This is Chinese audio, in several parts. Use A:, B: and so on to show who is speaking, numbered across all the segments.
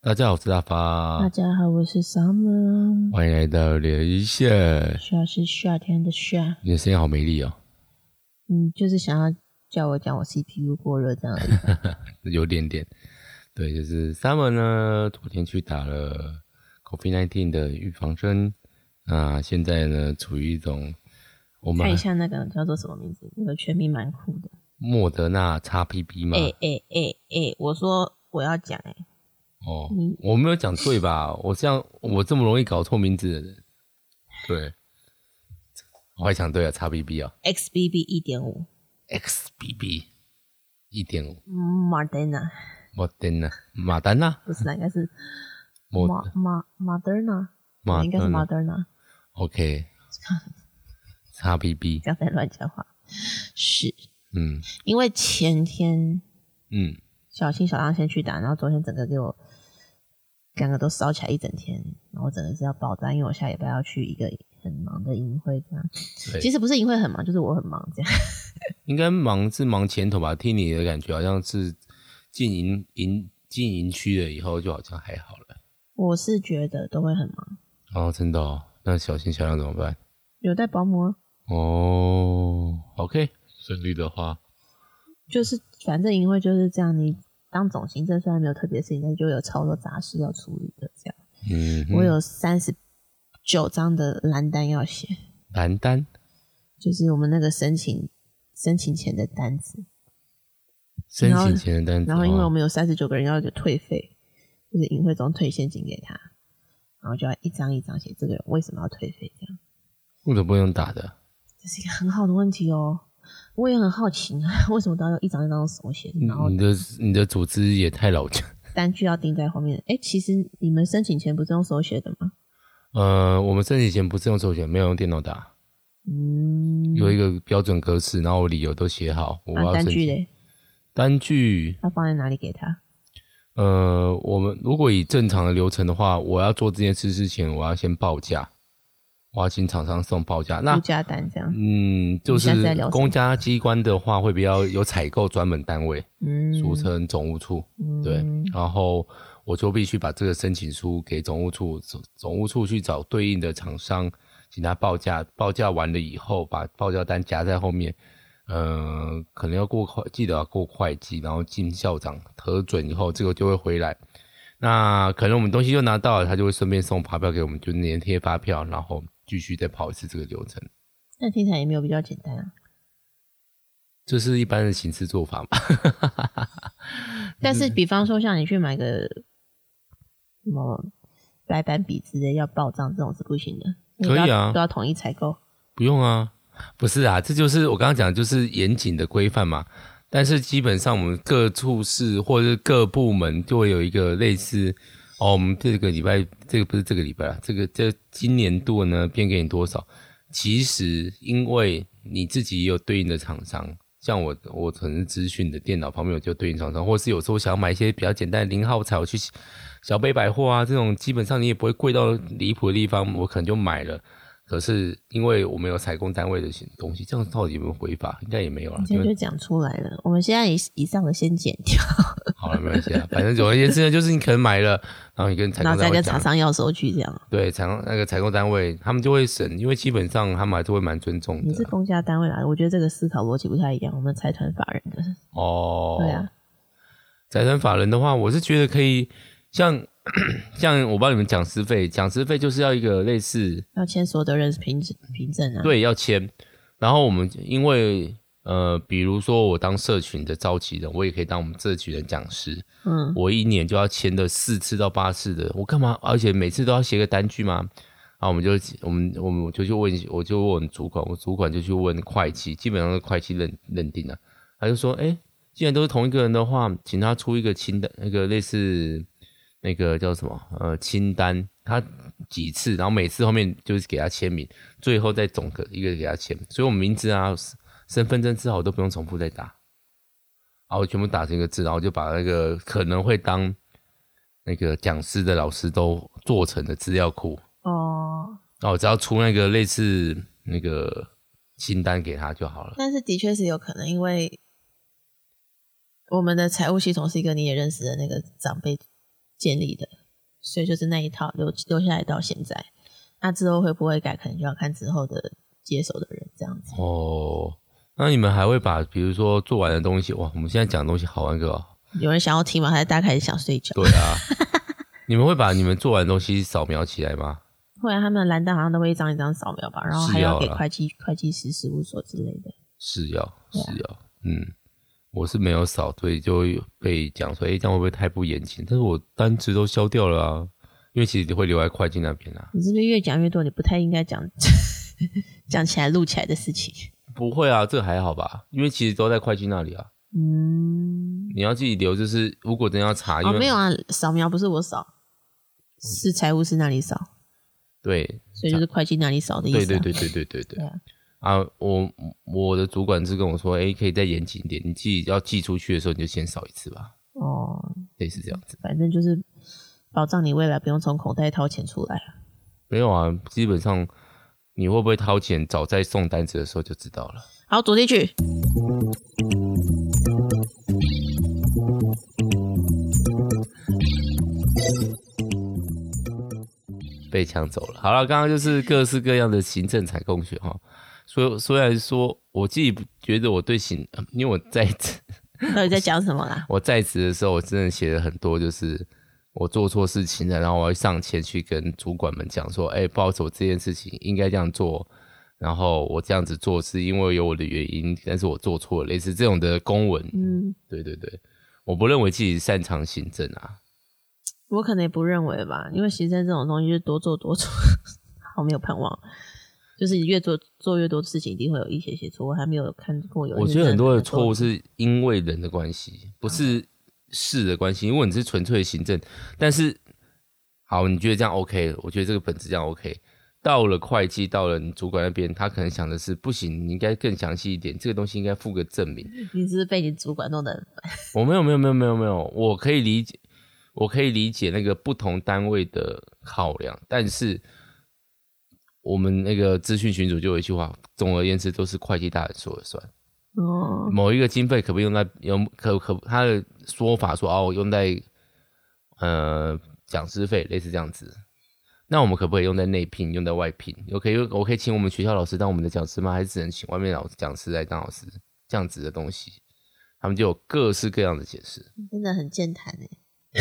A: 大家好，我是大发
B: 大，家好，我是 Summer，
A: 欢迎来到连线。
B: 夏是夏天的夏，
A: 你的声音好美丽哦，
B: 嗯，就是想要叫我讲我 CPU 过热 这样而已吧
A: 有点点。对，就是 Summer 呢，昨天去打了 COVID-19 的预防针，那现在呢，处于一种我
B: 看
A: 们
B: 一下那个叫做什么名字，那个全名蛮酷的。
A: 莫德纳 XPB 嘛，
B: 哎哎哎哎，我说我要讲哎、
A: 哦
B: 你，
A: 我没有讲对吧？我这样，我这么容易搞错名字的人，对，我还想对了，XBB 啊
B: x b b 一点五
A: ，XBB 一点五，
B: ，Moderna
A: 莫丹娜，马丹娜，
B: 不是那应该是
A: 莫
B: 马马 Moderna，
A: 马
B: 嗯应该是
A: 丹娜
B: Moderna，
A: ，OK，XBB，
B: 不要再乱讲话。是
A: 嗯
B: 因为前天
A: 嗯，
B: 小心小浪先去打，然后昨天整个给我两个都烧起来一整天，然后整个是要爆炸，因为我下礼拜要去一个很忙的营会，这样其
A: 对，
B: 实不是营会很忙，就是我很忙这样。
A: 应该忙是忙前头吧？听你的感觉好像是进营营进营区了以后，就好像还好了。
B: 我是觉得都会很忙，
A: 哦，真的哦，那小心小亮怎么办？
B: 有带保姆啊，
A: 哦，OK，顺利的话，
B: 就是反正营会就是这样。你当总行政虽然没有特别事情，但是就有超多杂事要处理的这样。
A: 嗯哼，
B: 我有三十九张的蓝单要写，
A: 蓝单
B: 就是我们那个申请申请前的单子。
A: 申
B: 然后
A: 请前的单子，
B: 然后因为我
A: 哦
B: 们有三十九个人要就退费，就是尹会中退现金给他，然后就要一张一张写这个人为什么要退费，这样
A: 哦为什么不用打的？
B: 这是一个很好的问题哦。我也很好奇啊， 为什么都要一张一张手写，然后
A: 你的你的组织也太老旧。
B: 单据要钉在后面？哎，其实你们申请前不是用手写的吗？
A: 呃，我们申请前不是用手写，没有用电脑打，
B: 嗯，
A: 有一个标准格式，然后我理由都写好，我
B: 啊，
A: 要
B: 单
A: 申
B: 据
A: 请。
B: 嘞，
A: 单据，
B: 要放在哪里给他？
A: 呃，我们如果以正常的流程的话，我要做这件事之前，我要先报价，我要请厂商送报价。那
B: 附加单这样，
A: 嗯，就
B: 你下次
A: 是
B: 再聊什么
A: 公家机关的话，会比较有采购专门单位，
B: 嗯，
A: 俗称总务处。
B: 嗯
A: 对，然后我就必须把这个申请书给总务处，总总务处去找对应的厂商，请他报价，报价完了以后，把报价单夹在后面，呃，可能要过会，记得要过会计，然后进校长核准以后，这个就会回来。那可能我们东西就拿到了，他就会顺便送发票给我们，就粘贴发票，然后继续再跑一次这个流程。
B: 那听起来也没有比较简单啊。
A: 这是一般的行事做法嘛？
B: 但
A: 嗯
B: 是，比方说像你去买个什么白板笔之类要报账这种是不行的，
A: 可以啊
B: 都要都要统一采购。
A: 不用啊，不是啊，这就是我刚刚讲的，就是严谨的规范嘛。但是基本上我们各处室或者是各部门就会有一个类似哦，我们这个礼拜这个不是这个礼拜啦，这个这今年度呢编给你多少？其实因为你自己也有对应的厂商，像我我可能是资讯的电脑旁边有就对应厂商，或是有时候想要买一些比较简单的零号彩，我去小北百货啊这种，基本上你也不会贵到离谱的地方，我可能就买了。可是因为我们有采购单位的东西，这样到底有没有违法？应该也没有啦
B: 你，
A: 因
B: 现在
A: 为
B: 就讲出来了，我们现在以以上的先剪掉，
A: 好了，没关系啊。反正总而言之呢，就是你可能买了，然后你跟采
B: 然
A: 购
B: 后再
A: 单位
B: 跟厂
A: 讲，
B: 商要收据这样。
A: 对啊采购那个采购单位，他们就会审，因为基本上他们还是会蛮尊重
B: 你是
A: 的。
B: 公家单位啊，我觉得这个思考逻辑不太一样。我们财团法人的，
A: 哦，
B: 对啊，
A: 财团法人的话，我是觉得可以像 像我帮你们讲师费，讲师费就是要一个类似
B: 要签所有的人凭凭证啊。，
A: 对要签，然后我们因为呃，比如说我当社群的召集人，我也可以当我们社群的讲师，
B: 嗯，
A: 我一年就要签的四次到八次的，我干嘛？而且每次都要写个单据吗？然后我们就我们我们我就去问，我就问主管，我主管就去问会计，基本上是会计认认定了、他就说，哎，既然都是同一个人的话，请他出一个清单，那个类似那个叫什么呃清单，他几次，然后每次后面就是给他签名，最后再总个一个给他签，所以我们名字啊、身份证字号我都不用重复再打。然后我全部打成一个字，然后就把那个可能会当那个讲师的老师都做成的资料库，
B: 哦，
A: 然后我只要出那个类似那个清单给他就好了。
B: 但是的确是有可能，因为我们的财务系统是一个你也认识的那个长辈建立的，所以就是那一套留留下来到现在。那之后会不会改，可能就要看之后的接手的人这样子。
A: 哦，那你们还会把比如说做完的东西，哇，我们现在讲的东西好玩个、哦，
B: 有人想要听吗？还是大家开始想睡觉？
A: 对啊， 你们会把你们做完的东西扫描起来吗？
B: 后来他们的蓝单好像都会一张一张扫描吧，然后
A: 是
B: 还
A: 要
B: 要给
A: 啦
B: 会计会计师事务所之类的。
A: 是要
B: 对啊
A: 是要，嗯，我是没有扫，所以就会被讲说，哎、这样会不会太不严谨？但是我单词都消掉了啊，因为其实会留在会计那边啊。
B: 你是不是越讲越多？你不太应该讲 讲起来录起来的事情。
A: 不会啊，这还好吧，因为其实都在会计那里啊。
B: 嗯，
A: 你要自己留，就是如果真要查，因
B: 哦，
A: 为、
B: 没有啊，扫描不是我扫，
A: 哦
B: 是财务是那里扫，
A: 对
B: 所以就是会计那里扫的意思、
A: 对
B: 啊。
A: 对对对对对对
B: 对啊
A: 啊！我我的主管是跟我说，哎，可以再严谨一点，你自己要寄出去的时候你就先扫一次吧，
B: 哦，
A: 类似这样子。
B: 反正就是保障你未来不用从口袋掏钱出来啊。
A: 没有啊，基本上你会不会掏钱，早在送单子的时候就知道了。
B: 好，主题曲。
A: 被抢走了。好了，刚刚就是各式各样的行政采购学哈。所以虽然说我自己觉得我对行，呃因为我在职
B: 到底在讲什么啦？
A: 我在职的时候，我真的写了很多，就是我做错事情了，然后我要上前去跟主管们讲说，哎、不好意思，我这件事情应该这样做。然后我这样子做是因为有我的原因，但是我做错了，类似这种的公文。
B: 嗯，
A: 对对对，我不认为自己擅长行政啊。
B: 我可能也不认为吧，因为行政这种东西就是多做 多错，好没有盼望。就是你越做做越多事情，一定会有一些些错误。我还没有看过有人
A: 我觉得很
B: 真
A: 多的
B: 很嗯
A: 错误是因为人的关系，不是事的关系。因为你是纯粹的行政，但是好，你觉得这样 OK？我觉得这个本质这样 OK。到了会计，到了你主管那边，他可能想的是不行，你应该更详细一点，这个东西应该附个证明。
B: 你是不是被你主管弄得很烦？
A: 我没有，没有，没有，没有，没有，我可以理解，我可以理解那个不同单位的考量，但是我们那个资讯群组就有一句话，总而言之都是会计大人说了算。
B: 哦，
A: 某一个经费可不可以用在用可可他的说法说哦用在呃讲师费类似这样子，那我们可不可以用在内聘用在外聘？我可以我可以请我们学校老师当我们的讲师吗？还是只能请外面老讲师来当老师这样子的东西？啊他们就有各式各样的解释。
B: 你真的很健谈哎，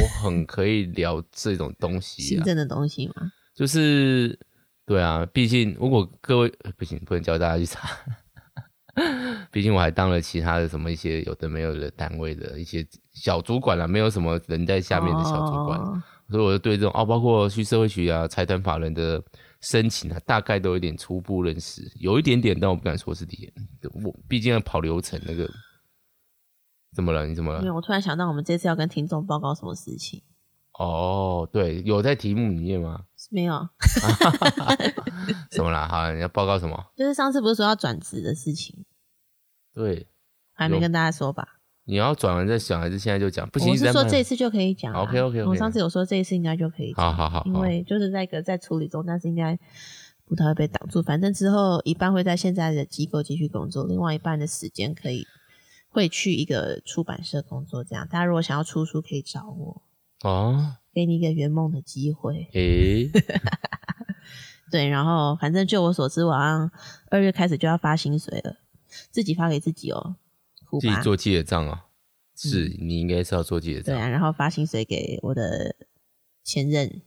A: 我很可以聊这种东西、
B: 行
A: 啊，
B: 政的东西嘛。
A: 就是对啊，毕竟如果各位呃不行，不能教大家去查。 毕竟我还当了其他的什么一些有的没有的单位的一些小主管啦、没有什么人在下面的小主管，
B: 哦
A: 所以我就对这种哦，包括去社会局啊、财团法人的申请啊，大概都有点初步认识，有一点点，但我不敢说是底，我毕竟要跑流程那个。怎么了？你怎么
B: 没
A: 了？
B: 有，我突然想到，我们这次要跟听众报告什么事情？
A: 哦，对，有在题目里面吗？
B: 没有，
A: 什么啦？好，你要报告什么？
B: 就是上次不是说要转职的事情，
A: 对，
B: 还没
A: 有
B: 跟大家说吧？
A: 你要转完再想，还是现在就讲？不行，
B: 我
A: 一直
B: 是
A: 在
B: 说
A: 慢
B: 这一次就可以讲啊。
A: OK，OK，OK
B: 我上次有说这一次应该就可以讲，
A: 好好好，
B: 因
A: 好
B: 为就是在一个在处理中，但是应该不太会被挡住。反正之后一半会在现在的机构继续工作，另外一半的时间可以会去一个出版社工作。这样，大家如果想要出书，可以找我，
A: 哦，
B: 给你一个圆梦的机会。
A: 诶、
B: 对，然后反正就我所知，我好像二月开始就要发薪水了，自己发给自己哦，苦
A: 自己
B: 吧？
A: 做记的账啊，是、你应该是要做记的
B: 嗯对
A: 账，
B: 啊，然后发薪水给我的前任，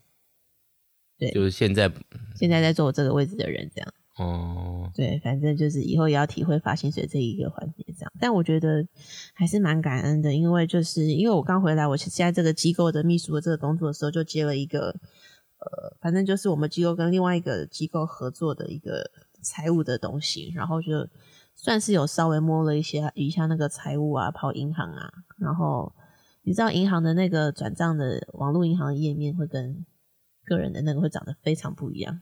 A: 就是现在
B: 现在在做我这个位置的人，这样
A: 哦，
B: 对，反正就是以后也要体会发薪水这一个环节，这样。但我觉得还是蛮感恩的，因为就是因为我刚回来，我现在这个机构的秘书的这个工作的时候，就接了一个呃，反正就是我们机构跟另外一个机构合作的一个财务的东西，然后就算是有稍微摸了一些一下那个财务啊，跑银行啊，然后你知道银行的那个转账的网络银行的页面会跟个人的那个会长得非常不一样，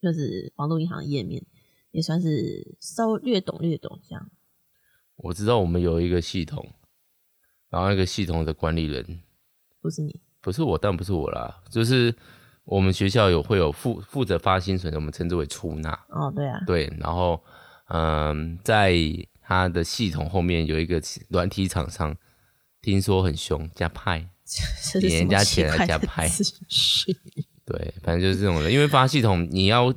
B: 就是网络银行的页面也算是稍微略懂略懂这样。
A: 我知道我们有一个系统，然后那个系统的管理人
B: 不是你，
A: 不是我，但不是我啦，就是我们学校有会有负负责发薪水的，我们称之为出纳，
B: 哦，对啊，
A: 对，然后嗯，在它的系统后面有一个软体厂商，听说很凶，加派，
B: 这
A: 给
B: 是什
A: 人
B: 么
A: 家
B: 奇
A: 钱来
B: 怪
A: 加
B: 的
A: 拍
B: 资讯？
A: 对，反正就是这种的，因为发系统你要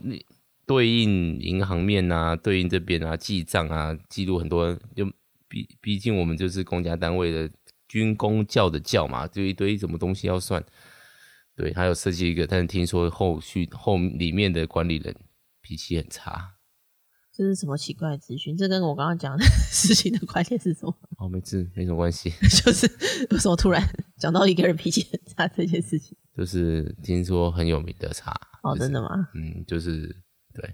A: 对应银行面啊，对应这边啊，记账啊，记录很多，就毕毕竟我们就是公家单位的军工教的教嘛，就一堆什么东西要算。对，还有设计一个，但是听说后续后里面的管理人脾气很差。
B: 这是什么奇怪的资讯？这跟我刚刚讲的 事情的关键是什么？
A: 哦，没事，没什么关系。
B: 就是为什么突然讲到一个人脾气很差这件事情？
A: 就是听说很有名的茶，
B: 哦，
A: 就是
B: 真的吗？
A: 嗯，就是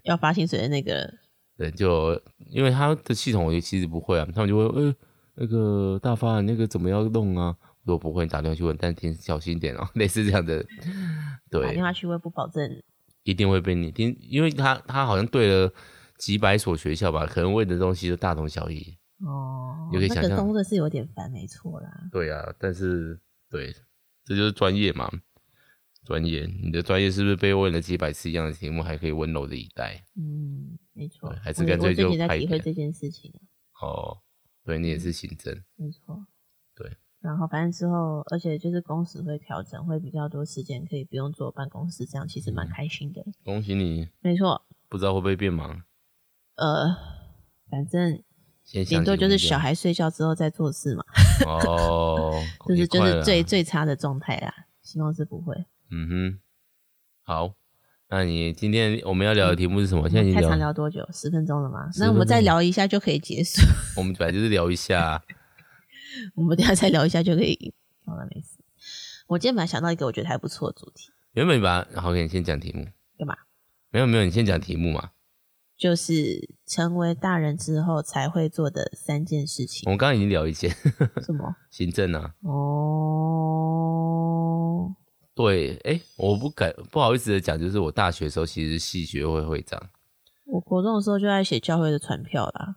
B: 要发薪水的那个
A: 对，就因为他的系统我其实不会啊，他们就会，呃、那个大发你那个怎么样弄啊？如果不会，你打电话去问，但挺小心一点哦， 类似这样的，
B: 打
A: 对
B: 电，话去，我也不保证
A: 一定会被你听，因为他他好像对了几百所学校吧，可能问的东西都大同小异。
B: 哦。
A: 有可以想
B: 那个
A: 象
B: 工作是有点烦，没错啦。
A: 对啊，但是对，这就是专业嘛，专业，你的专业是不是被问了几百次一样的题目，还可以温柔的以待？
B: 嗯，没错
A: 对。还是
B: 我也
A: 干脆
B: 我最近
A: 就拍
B: 在
A: 一
B: 体会
A: 篇
B: 这件事情，啊
A: 哦，对你也
B: 嗯
A: 是行政，
B: 没错。
A: 对。
B: 然后反正之后，而且就是工时会调整，会比较多时间可以不用坐办公室，这样其实
A: 嗯
B: 蛮开心的。
A: 恭喜你，
B: 没错，
A: 不知道会不会变忙。
B: 呃，反正
A: 先想
B: 顶多
A: 几
B: 就
A: 个
B: 是
A: 目标
B: 小孩睡觉之后再做事嘛，，
A: 哦
B: 这是
A: 也
B: 就
A: 快
B: 是
A: 了
B: 最最差的状态啦。希望是不会。
A: 嗯哼，好，那你今天我们要聊的题目是什么？现在已经
B: 嗯太
A: 聊
B: 长，聊多久？十分钟了吗？
A: 10
B: 那我们再
A: 分钟
B: 聊一下就可以结束。
A: 我们本来就是聊一 下，
B: 我们等一下再聊一下就可以。好了，没事。我今天本来想到一个我觉得还不错的主题，
A: 原本把好，你先讲题目，
B: 干嘛？
A: 没有没有，你先讲题目嘛。
B: 就是成为大人之后才会做的三件事
A: 我
B: 情。
A: 们刚刚已经聊一些
B: 什么？
A: 行政啊，
B: 哦，
A: 对，哎，我不敢不好意思的讲，就是我大学的时候其实是系学会会长，
B: 我国中的时候就在写教会的传票啦。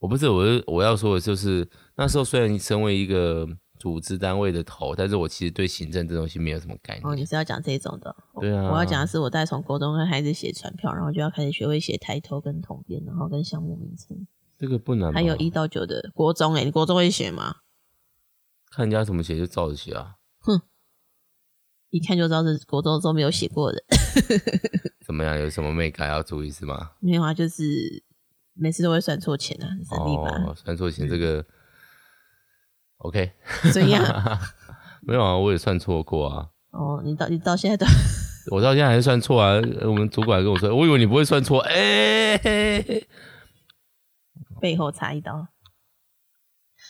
A: 我不是，我是我要说的就是那时候虽然身为一个组织单位的头，但是我其实对行政这东西没有什么概
B: 哦，
A: 念。
B: 你是要讲这种的？哦
A: 对啊
B: 我要讲的是我在从国中跟孩子写传票，然后就要开始学会写抬头跟统编，然后跟项目名称，
A: 这个不难吧，
B: 还有一到九的国中哎、你国中会写吗？
A: 看人家怎么写就照着写啊，
B: 一看就知道是国中都没有写过的。
A: 怎么样？有什么美感要注意是吗？
B: 没有啊，就是每次都会算错钱啊，三立吧，嗯
A: 哦，算错钱这个、OK，
B: 怎样？
A: 没有啊，我也算错过啊，
B: 啊哦，你到你到现在都
A: 我到现在还是算错啊。我们主管还跟我说，我以为你不会算错，哎、
B: 背后插一刀。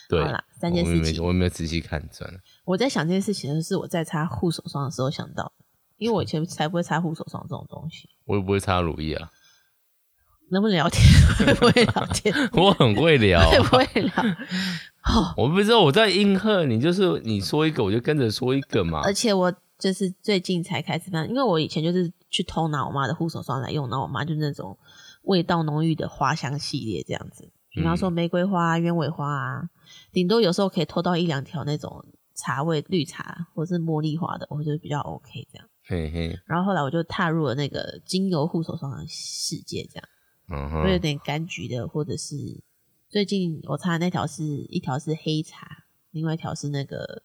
A: 对，
B: 好啦三件事情
A: 我没我没有仔细看，算了。
B: 我在想这件事情，是我在擦护手霜的时候想到，因为我以前才不会擦护手霜这种东西。
A: 我也不会擦乳液 啊，
B: 能不能聊天？ 会不会聊天？
A: 我很会聊、
B: 会 不会聊？哦，
A: 我不知道我在应和，你就是你说一个我就跟着说一个嘛
B: 而。且我就是最近才开始办，因为我以前就是去偷拿我妈的护手霜来用，然后我妈就是那种味道浓郁的花香系列这样子，比方说玫瑰花、啊、鸢尾花啊，顶多有时候可以偷到一两条那种茶味绿茶或是茉莉花的，我觉得比较 OK 这样。
A: 嘿嘿，
B: 然后后来我就踏入了那个精油护手霜的世界，这样
A: 嗯
B: 我有
A: 哼，
B: 点柑橘的，或者是最近我擦的那条是一条是黑茶，另外一条是那个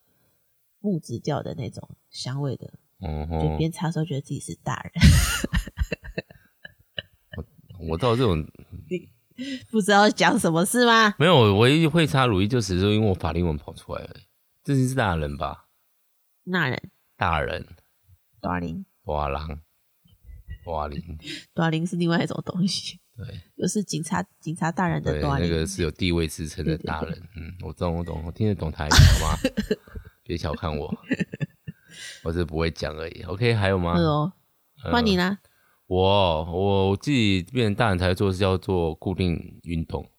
B: 木质调的那种香味的，
A: 嗯
B: 就
A: 哼，
B: 边擦的时候觉得自己是大人，
A: 我到这种
B: 不知道讲什么是吗？
A: 没有，我唯一会擦乳液就只是因为我法令纹跑出来了，这是大人吧？
B: 那人
A: 大人，
B: 短林，
A: 瓦郎，瓦林，
B: 短林是另外一种东西，
A: 对，
B: 就是警察警察大人的
A: 对，
B: 短
A: 那
B: 林。
A: 个是有地位支撑的
B: 对对
A: 大人。嗯，我懂，我懂，我听得懂台语，好 吗？别小看我，我是不会讲而已。OK，还有吗？
B: 是哦，
A: 呃
B: 换你啦。
A: 我我自己变成大人才会做的事叫做固定运动，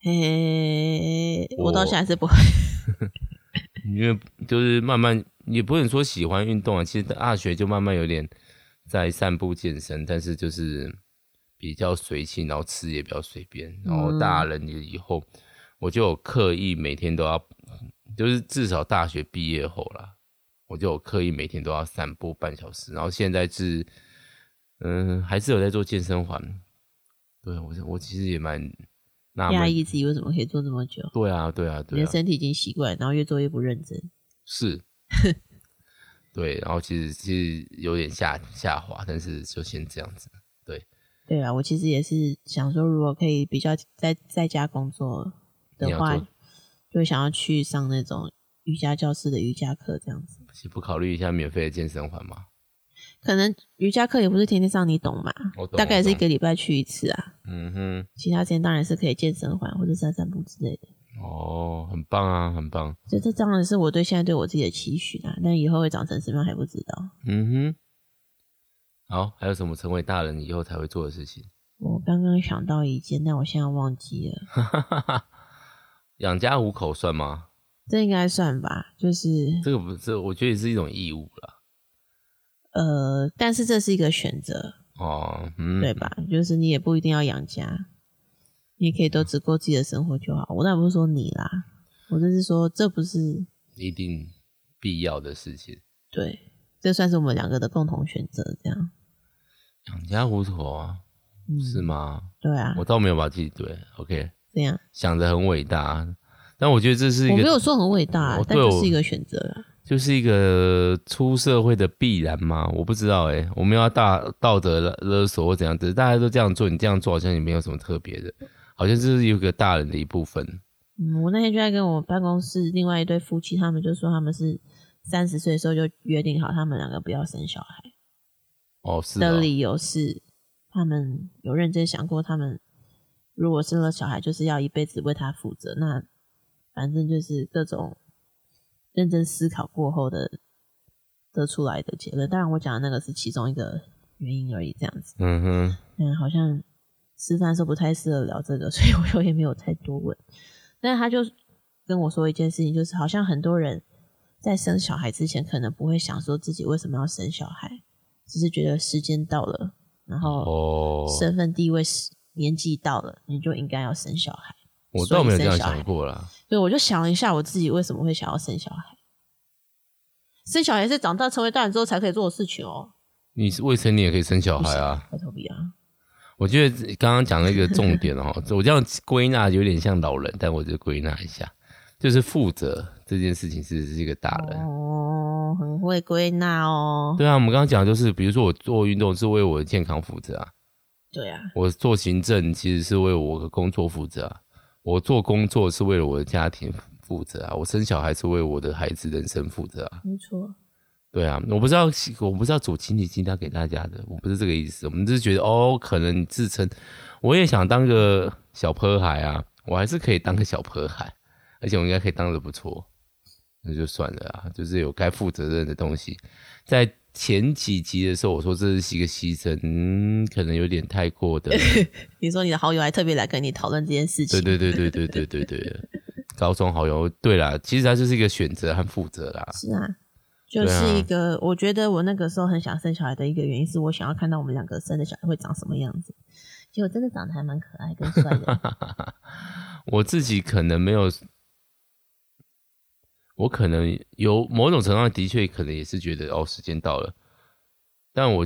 B: 嘿，我
A: 我
B: 到现在是不会。
A: 因为就是慢慢也不能说喜欢运动啊，其实大学就慢慢有点在散步健身，但是就是比较随性，然后吃也比较随便，然后大
B: 嗯
A: 人也以后我就有刻意每天都要，就是至少大学毕业后啦，我就有刻意每天都要散步半小时，然后现在是嗯还是有在做健身环，对我我其实也蛮纳
B: 压
A: 闷，
B: 抑自己为什么可以做这么久？
A: 对啊对啊
B: 你
A: 对
B: 的
A: 啊，
B: 身体已经习惯，然后越做越不认真。
A: 是对，然后其实其实有点下下滑，但是就先这样子。
B: 对啊，我其实也是想说，如果可以比较在在家工作
A: 你
B: 的
A: 要
B: 话
A: 做，
B: 就想要去上那种瑜伽教室的瑜伽课这样子。
A: 是不考虑一下免费的健身环吗？
B: 可能瑜伽课也不是天天上，你懂吗？
A: 我懂
B: 大概也是
A: 我
B: 一
A: 懂
B: 个礼拜去一次啊，
A: 嗯哼。
B: 其他时间当然是可以健身环或者散散步之类的。
A: 哦，很棒啊，很棒。
B: 这这当然是我对现在对我自己的期许啦，但以后会长成什么样还不知道。
A: 嗯哼，好，还有什么成为大人以后才会做的事情？
B: 我刚刚想到一件，但我现在忘记了，
A: 养家糊口算吗？
B: 这应该算吧，就是
A: 这个不是，我觉得是一种义务啦。
B: 呃，但是这是一个选择，
A: 哦，嗯，
B: 对吧？就是你也不一定要养家，你也可以都只过自己的生活就好。我那不是说你啦，我就是说这不是
A: 一定必要的事情。
B: 对，这算是我们两个的共同选择，这样。
A: 养家糊口啊，
B: 嗯，
A: 是吗？
B: 对啊
A: 我，倒没有把自己对，OK，
B: 这样
A: 想的很伟大，但我觉得这是一
B: 我没
A: 个，
B: 有说很伟大
A: 我，
B: 但
A: 对
B: 就
A: 我
B: 是一个选择啦。
A: 就是一个出社会的必然嘛。我不知道哎、我没有要大道德勒勒索或怎样，只是大家都这样做，你这样做好像也没有什么特别的，好像这是一个大人的一部分。
B: 嗯，我那天就在跟我办公室另外一对夫妻，他们就说他们是三十岁的时候就约定好，他们两个不要生小孩。
A: 哦，是
B: 的
A: 哦
B: 理由是，他们有认真想过，他们如果生了小孩，就是要一辈子为他负责。那反正就是各种认真思考过后的得出来的结论。当然，我讲的那个是其中一个原因而已，这样子。
A: 嗯哼，
B: 嗯，好像吃饭的时候不太适合聊这个，所以我就也没有太多问。但是他就跟我说一件事情，就是好像很多人在生小孩之前，可能不会想说自己为什么要生小孩，只是觉得时间到了，然后
A: 哦，
B: 身份地位、是年纪到了，你就应该要生小孩。
A: 我
B: 所以
A: 倒没有这
B: 生
A: 样
B: 小孩
A: 想过啦。
B: 所以我就想了一下，我自己为什么会想要生小孩。生小孩是长大成为大人之后才可以做的事情哦，
A: 你是未成年也可以生小
B: 不
A: 孩
B: 行
A: 啊！，
B: 拜托不要。
A: 我觉得刚刚讲了一个重点哦，我这样归纳有点像老人，但我就归纳一下，就是负责这件事情是是一个大人。
B: 哦，很会归纳哦。
A: 对啊，我们刚刚讲的就是，比如说我做运动是为我的健康负责啊，
B: 对啊，
A: 我做行政其实是为我的工作负责啊，我做工作是为了我的家庭负责啊，我生小孩是为我的孩子人生负责啊。
B: 没错。
A: 对啊，我不知道，我不知道煮亲戚鸡汤给大家的，我不是这个意思。我们只是觉得，哦，可能你自称，我也想当个小泼孩啊，我还是可以当个小泼孩，而且我应该可以当的不错，那就算了啊。就是有该负责任的东西。在前几集的时候，我说这是一个牺牲，嗯，可能有点太过的。
B: 你说你的好友还特别来跟你讨论这件事情，
A: 对对对对对对对对，高中好友。对啦，其实它就是一个选择和负责啦。
B: 是啊，就是一个、我觉得我那个时候很想生小孩的一个原因，是我想要看到我们两个生的小孩会长什么样子。结果真的长得还蛮可爱跟帅的，
A: 我自己可能没有，我可能有某种程度上的确可能也是觉得哦，时间到了，但我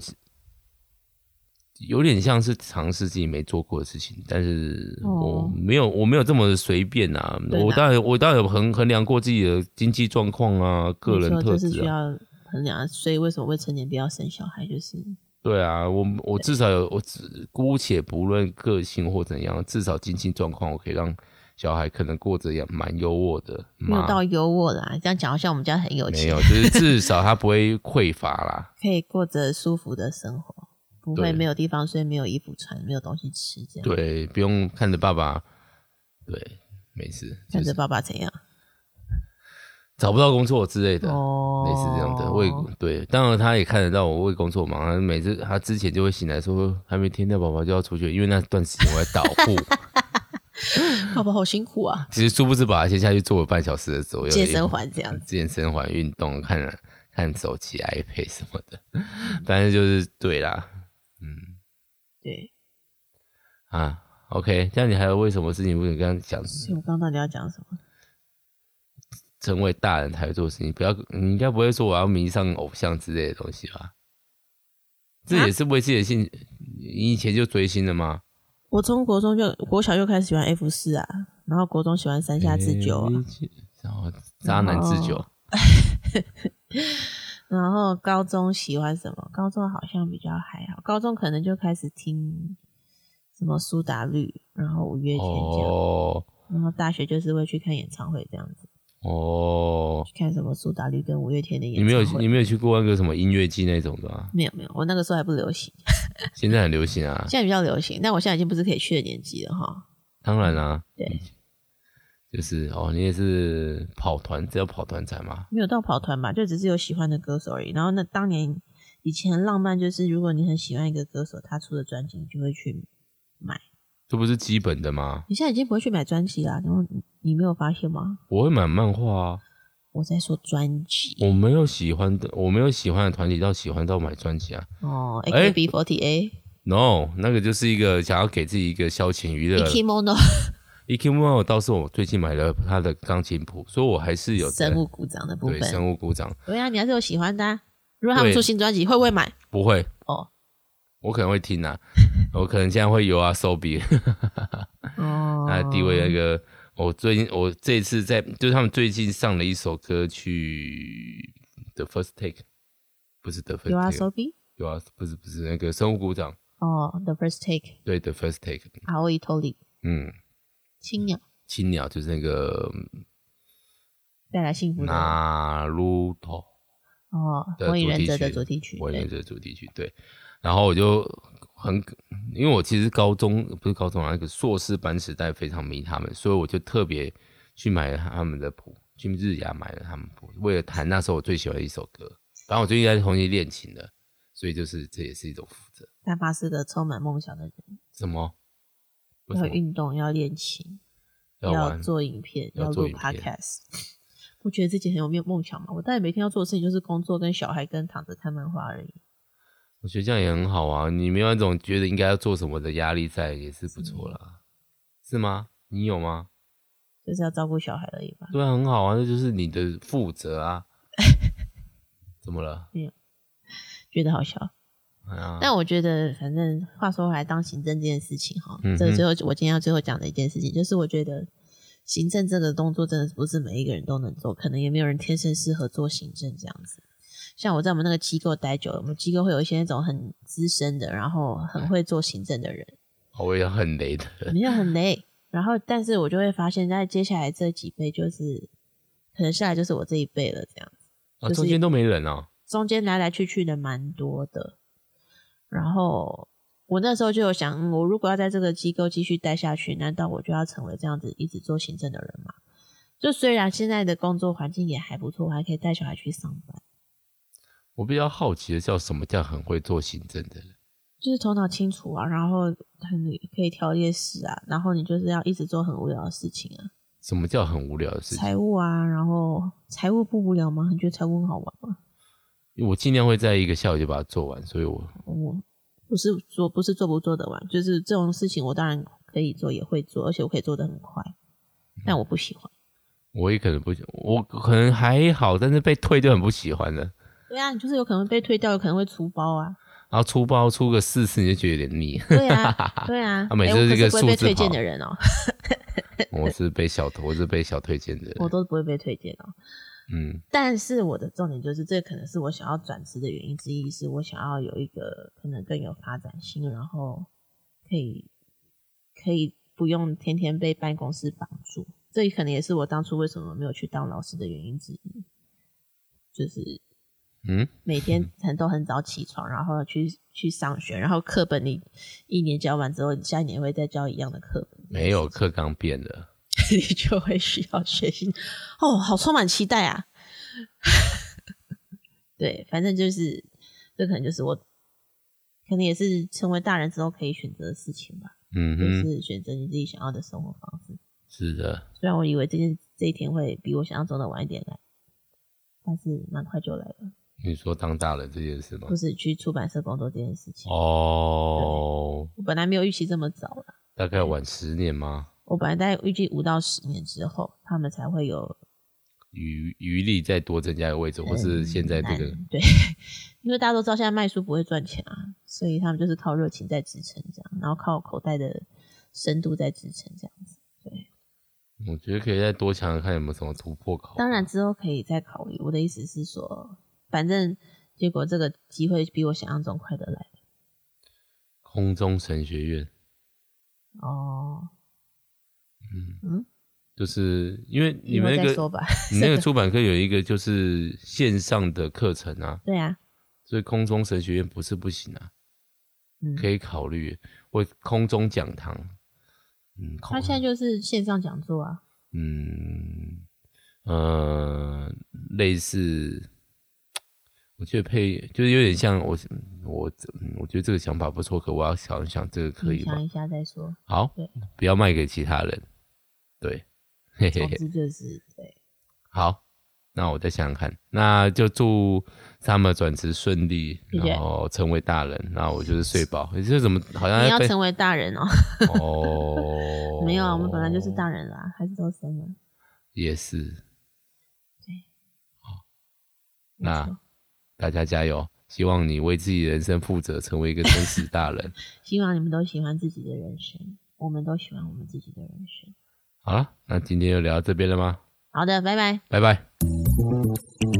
A: 有点像是尝试自己没做过的事情，但是我
B: 哦
A: 没有我没有这么的随便啊。
B: 对啦
A: 我当然我当然有衡衡量过自己的经济状况啊， 个人
B: 没错
A: 特
B: 就是
A: 质
B: 需
A: 啊，
B: 要衡量。所以为什么未成年不要生小孩，就是
A: 对啊，我我至少有我只姑且不论个性或怎样，至少经济状况我可以让。小孩可能过着也蛮优渥的，
B: 没有
A: 妈
B: 到优渥啦。这样讲好像我们家很有
A: 没
B: 钱，
A: 有，就是至少他不会匮乏啦。
B: 可以过着舒服的生活，不会
A: 对
B: 没有地方睡，没有衣服穿，没有东西吃，这样
A: 对，不用看着爸爸，对，没事，
B: 看
A: 就
B: 着
A: 是
B: 爸爸怎样。
A: 找不到工作之类的，
B: 哦，
A: 啊类似这样的。为对，当然他也看得到我为工作忙，他每次他之前就会醒来说还没天亮，宝宝就要出去，因为那段时间我在捣 鼓。
B: 爸爸好辛苦啊，
A: 其实殊不知，把他先下去做了半小时的左右，
B: 健身环这样子。
A: 健身环运动，看看手机、iPad 什么的，反正就是对啦，嗯
B: 对，
A: 啊，OK，这样你还有为什么事情不能跟他讲？
B: 所以我刚刚到底要讲什么？
A: 成为大人才会做的事情，不要你应该不会说我要迷上偶像之类的东西吧？这也是为自己的兴，你以前就追星了吗？
B: 我从国中就国小就开始喜欢 F 四啊，然后国中喜欢三下智久啊，
A: 诶，然后渣男自
B: 然
A: 救
B: 后，然后高中喜欢什么？高中好像比较还好，高中可能就开始听什么苏打绿，然后五月天这样，
A: 哦
B: 然后大学就是会去看演唱会这样子，
A: 哦，
B: 去看什么苏打绿跟五月天的演
A: 你
B: 唱
A: 没
B: 会。
A: 有你没有去过那个什么音乐季那种的吗？
B: 没有没有，我那个时候还不流行，
A: 现在很流行啊，
B: 现在比较流行。但我现在已经不是可以去的年纪了哈。
A: 当然啦、
B: 对，
A: 就是哦，你也是跑团，只有跑团才嘛。
B: 没有到跑团吧，就只是有喜欢的歌手而已。然后那当年以前浪漫就是，如果你很喜欢一个歌手，他出的专辑，你就会去买。
A: 这不是基本的吗？
B: 你现在已经不会去买专辑啦，然后你你没有发现吗？
A: 我会买漫画啊，
B: 我在说专辑
A: 我没有喜欢的，我没有喜欢的团体到喜欢到买专辑啊。
B: 哦
A: 哎
B: ，AKB48、
A: No，那个就是一个想要给自己一个消遣娱乐。
B: Ikimono
A: E Q m o 倒是我最近买了他的钢琴谱，所以我还是有在
B: 生物鼓掌的部
A: 对
B: 分。
A: 生物鼓掌
B: 对啊，你还是有喜欢的、啊。如果他们
A: 对
B: 出新专辑，会不会买？
A: 不会
B: 哦，
A: 我可能会听 啊，我可能现在会有啊手比
B: 哦，
A: 他的地啊位那个。我最近我这次在就是他们最近上了一首歌去的 First Take，不是的 First
B: 有啊
A: Take，
B: 手比
A: 有啊，不是不是那个生物鼓掌，
B: 哦，The First Take，
A: 对的 First Take，
B: 阿欧伊托里，
A: 嗯，
B: 青鸟
A: 青鸟就是那个
B: 带来幸福的
A: 那鲁头
B: 哦，
A: 的
B: 火影
A: 主
B: 忍
A: 题
B: 者的
A: 曲，
B: 主题曲，
A: 火影
B: 对
A: 忍者的主题曲，对。然后我就很，因为我其实高中不是高中啊，那个硕士班时代非常迷他们，所以我就特别去买了他们的谱，去日雅买了他们谱，为了弹那时候我最喜欢的一首歌。反正我最近在重新练琴了，所以就是这也是一种负责。
B: 大发是个充满梦想的人，
A: 什么？为什
B: 要
A: 么
B: 运动，要练琴，
A: 要
B: 要
A: 玩？
B: 做影片，
A: 要
B: 要
A: 做
B: 录
A: 影片
B: podcast。我 觉得自己很有梦梦想嘛，我大概每天要做的事情就是工作、跟小孩、跟躺着看漫画而已。
A: 我觉得这样也很好啊，你没有那种觉得应该要做什么的压力在，也是不错啦，是吗？你有吗？
B: 就是要照顾小孩而已吧。
A: 对啊，很好啊，那就是你的负责 啊。怎么了？
B: 觉得好笑，
A: 哎呀，
B: 但我觉得反正话说回来，当行政这件事情哈，
A: 嗯哼
B: 这个最后我今天要最后讲的一件事情，就是我觉得行政这个动作真的不是每一个人都能做，可能也没有人天生适合做行政这样子。像我在我们那个机构待久了，我们机构会有一些那种很资深的，然后很会做行政的人，
A: 我也很雷的。
B: 没有很累。然后，但是我就会发现，在接下来这几辈，就是可能下来就是我这一辈了，这样。
A: 啊，
B: 就是
A: 中间都没人哦。
B: 中间来来去去的蛮多的。然后我那时候就有想，嗯我如果要在这个机构继续待下去，难道我就要成为这样子一直做行政的人吗？就虽然现在的工作环境也还不错，我还可以带小孩去上班，
A: 我比较好奇的叫什么叫很会做行政的人？
B: 就是头脑清楚啊，然后很可以条列式啊，然后你就是要一直做很无聊的事情啊，
A: 什么叫很无聊的事情？
B: 财务啊，然后财务不无聊吗？你觉得财务很好玩吗？
A: 我尽量会在一个下午就把它做完，所以我
B: 我不是做不是做不做得完，就是这种事情我当然可以做，也会做，而且我可以做得很快，
A: 嗯
B: 但我不喜欢。
A: 我也可能不，我可能还好，但是被退就很不喜欢了。
B: 对啊，你就是有可能被推掉，有可能会出包啊。
A: 然后出包出个四次你就觉得有点腻。
B: 对啊，对啊。
A: 啊每次
B: 哎我
A: 这
B: 可
A: 个
B: 是不会被
A: 数字
B: 推荐
A: 跑
B: 的人哦、
A: 我是被小偷，我是被小推荐的人。
B: 我都不会被推荐哦、
A: 嗯，
B: 但是我的重点就是，这可能是我想要转职的原因之一，是我想要有一个可能更有发展性，然后可以可以不用天天被办公室绑住。这可能也是我当初为什么没有去当老师的原因之一，就是
A: 嗯，
B: 每天很都很早起床，然后去去上学，然后课本你一年教完之后，你下一年会再教一样的课本，
A: 没有课纲变了。
B: 你就会需要学习。 哦，好充满期待啊！ 对，反正就是这可能就是我，可能也是成为大人之后可以选择的事情吧，
A: 嗯
B: 就
A: 哼，
B: 是选择你自己想要的生活方式。
A: 是的，
B: 虽然我以为这件这一天会比我想象中的晚一点来，但是蛮快就来了。
A: 你说当大人这件事吗
B: 就？是去出版社工作这件事情，
A: 哦，
B: 我本来没有预期这么早啦。
A: 大概晚十年吗？
B: 我本来大概预计五到十年之后，他们才会有
A: 余余力再多增加一个位置，或是现在这个
B: 嗯对， 因为大家都知道现在卖书不会赚钱啊，所以他们就是靠热情在支撑这样，然后靠口袋的深度在支撑这样子。
A: 我觉得可以再多想想看有没有什么突破口。
B: 当然，之后可以再考虑。我的意思是说，反正结果这个机会比我想象中快得来。
A: 空中神学院，
B: 哦，
A: 就是因为你们
B: 以
A: 那
B: 后再说
A: 个
B: 吧。
A: 你那个出版科有一个就是线上的课程啊，
B: 对啊，
A: 所以空中神学院不是不行啊，
B: 嗯，
A: 可以考虑或空中讲堂。嗯，空
B: 他现在就是线上讲座啊，
A: 嗯呃，类似，我觉得配就是有点像我我嗯我觉得这个想法不错，可我要想一想这个可
B: 你
A: 以吗
B: 想？一下再说。
A: 好
B: 对，
A: 不要卖给其他人。对，嘿嘿
B: 总
A: 嘿，
B: 之就是对，
A: 好，那我再想想看，那就祝他们转职顺利，
B: 谢谢
A: 然后成为大人，然后我就是睡 饱。你这怎么好像
B: 你要
A: 在
B: 成为大人哦。？
A: 啊哦
B: 没有啊，我们本来就是大人啦，孩子都生了。
A: 也是，
B: 没
A: 哦那
B: 错
A: 大家加油！希望你为自己人生负责，成为一个真实大人。
B: 希望你们都喜欢自己的人生，我们都喜欢我们自己的人生。
A: 好了，那今天就聊到这边了吗？
B: 好的，拜拜。
A: 拜拜。